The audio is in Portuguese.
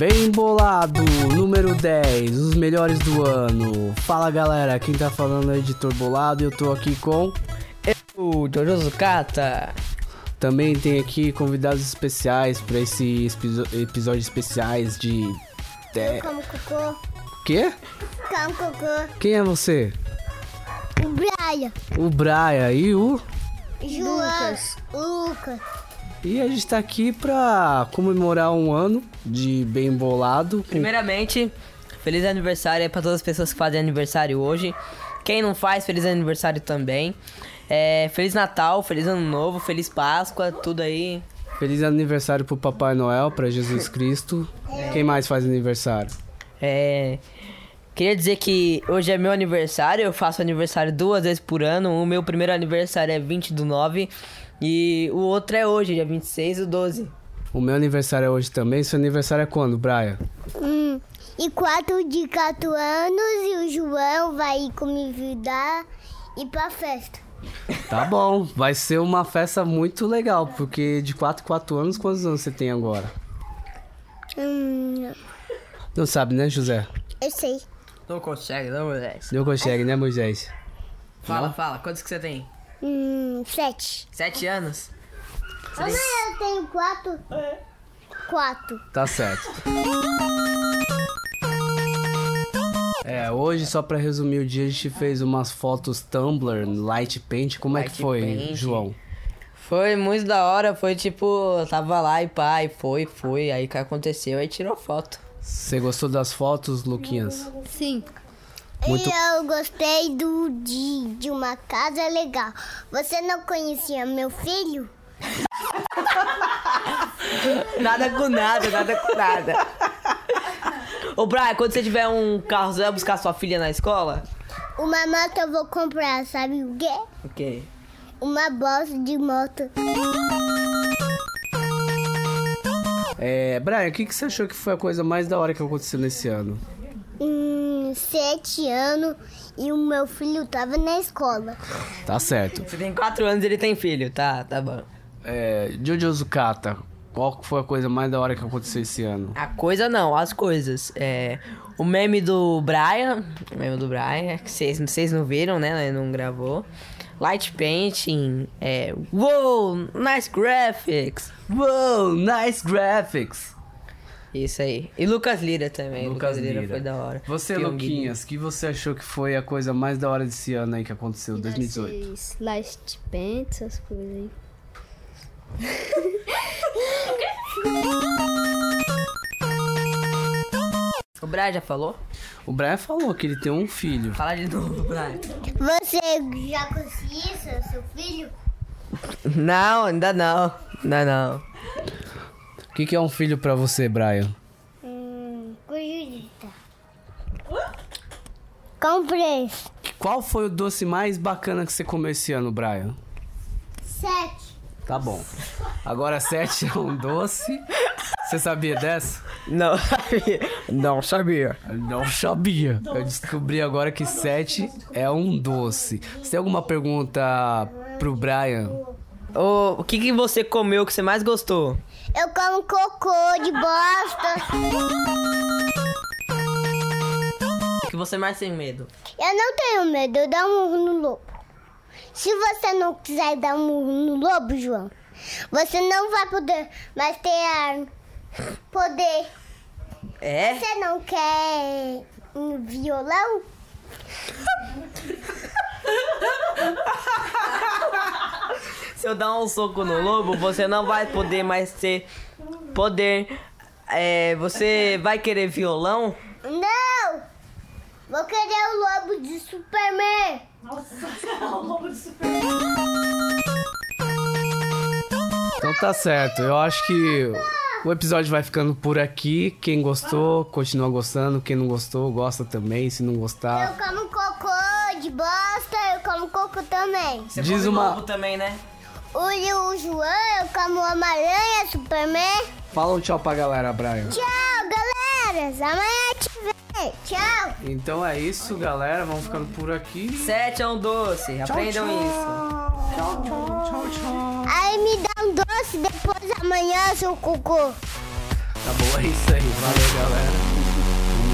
Embolado, número 10, os melhores do ano. Fala galera, quem tá falando é o editor Bolado e eu tô aqui com. O Jojo Zucata. Também tem aqui convidados especiais pra esse episo- episódio especiais de. Eu Te- como cocô, Quê? como cocô. Quem é você? O Brian, O Braia e o. João, Lucas. Lucas. E a gente tá aqui pra comemorar um ano de bem embolado. Primeiramente, feliz aniversário aí pra todas as pessoas que fazem aniversário hoje. Quem não faz, feliz aniversário também. É, feliz Natal, feliz Ano Novo, feliz Páscoa, tudo aí. Feliz aniversário pro Papai Noel, pra Jesus Cristo. Quem mais faz aniversário? É, queria dizer que hoje é meu aniversário, eu faço aniversário duas vezes por ano. O meu primeiro aniversário é 20 do 9 e o outro é hoje, dia 26 do 12. O meu aniversário é hoje também. Seu aniversário é quando, Braia? Hum. E quatro de quatro anos e o João vai convidar e pra festa. Tá bom. Vai ser uma festa muito legal, porque de 4 em 4 anos, quantos anos você tem agora? Hum, Não sabe, né, José? eu sei. Não consegue, não, moleque. Não consegue, né, Moisés? Fala, fala, quantos que você tem? Hum, sete. Sete anos? eu tenho quatro. Quatro. Tá certo. É, hoje, só pra resumir o dia, a gente fez umas fotos Tumblr, Light Paint. Como é que Light foi, Paint. João? Foi muito da hora, foi tipo, eu tava lá e pá, e foi, foi, aí que aconteceu, aí tirou foto. Você gostou das fotos, Luquinhas? Sim. Muito- E eu gostei do de, de uma casa legal. Você não conhecia meu filho? Nada com nada, nada com nada. Ô Brian, quando você tiver um carro, você vai buscar sua filha na escola? Uma moto eu vou comprar, sabe o quê? Ok. Uma bolsa de moto. É, Brian, o que, que você achou que foi a coisa mais da hora que aconteceu nesse ano? Hum, sete anos e o meu filho tava na escola. Tá certo. Você tem quatro anos e ele tem filho, tá, tá bom. É, Jojo Zukata, qual que foi a coisa mais da hora que aconteceu esse ano? A coisa não, as coisas. É, o meme do Brian, o meme do Brian, é que vocês, vocês não viram, né? Não gravou. Light Painting, é, wow, nice graphics. Wow, Oh, nice graphics! Isso aí. E Lucas Lira também. Lucas Lira. foi da hora. um Você, Pyong Luquinhas, o que você achou que foi a coisa mais da hora desse ano aí que aconteceu, 2018? Esses Last Paint, essas coisas aí. Lin. O Brian já falou? O Brian falou que ele tem um filho. Fala de novo, Brian. Você já conhecia seu filho? Não, ainda não. Ainda não. O que, que é um filho pra você, Brian? Hum, com Judita. Comprei Qual foi o doce mais bacana que você comeu esse ano, Brian? sete. Tá bom. Agora sete é um doce. Você sabia dessa? Não sabia. Não sabia. Não sabia. Eu descobri agora que 7 é um doce. Você tem alguma pergunta pro Brian? Ô, o que, que você comeu que você mais gostou? Eu como cocô de bosta. O que você mais tem medo? Eu não tenho medo, eu dou um murro no lobo. Se você não quiser dar um murro no lobo, João, você não vai poder mais ter arma. Poder. É? Você não quer um violão? Se eu dar um soco no lobo, você não vai poder mais ter poder. É, você vai querer violão? Não! Vou querer o lobo de Superman! Então tá certo. Eu acho que o episódio vai ficando por aqui. Quem gostou, continua gostando. Quem não gostou, gosta também. Se não Eu gostar. como cocô de bosta, eu como cocô também. Você Diz come uma- lobo também, né? O Liu João, eu como Homem-Aranha, Superman. Fala um tchau pra galera, Brian. Tchau, galera! Amanhã te vê! Tchau! Então é isso, galera. Vamos ficando por aqui. Sete é um doce. Aprendam isso. Tchau, tchau, tchau, tchau. Aí me dá um doce depois amanhã, seu cocô. Tá bom, é isso aí. Valeu, galera.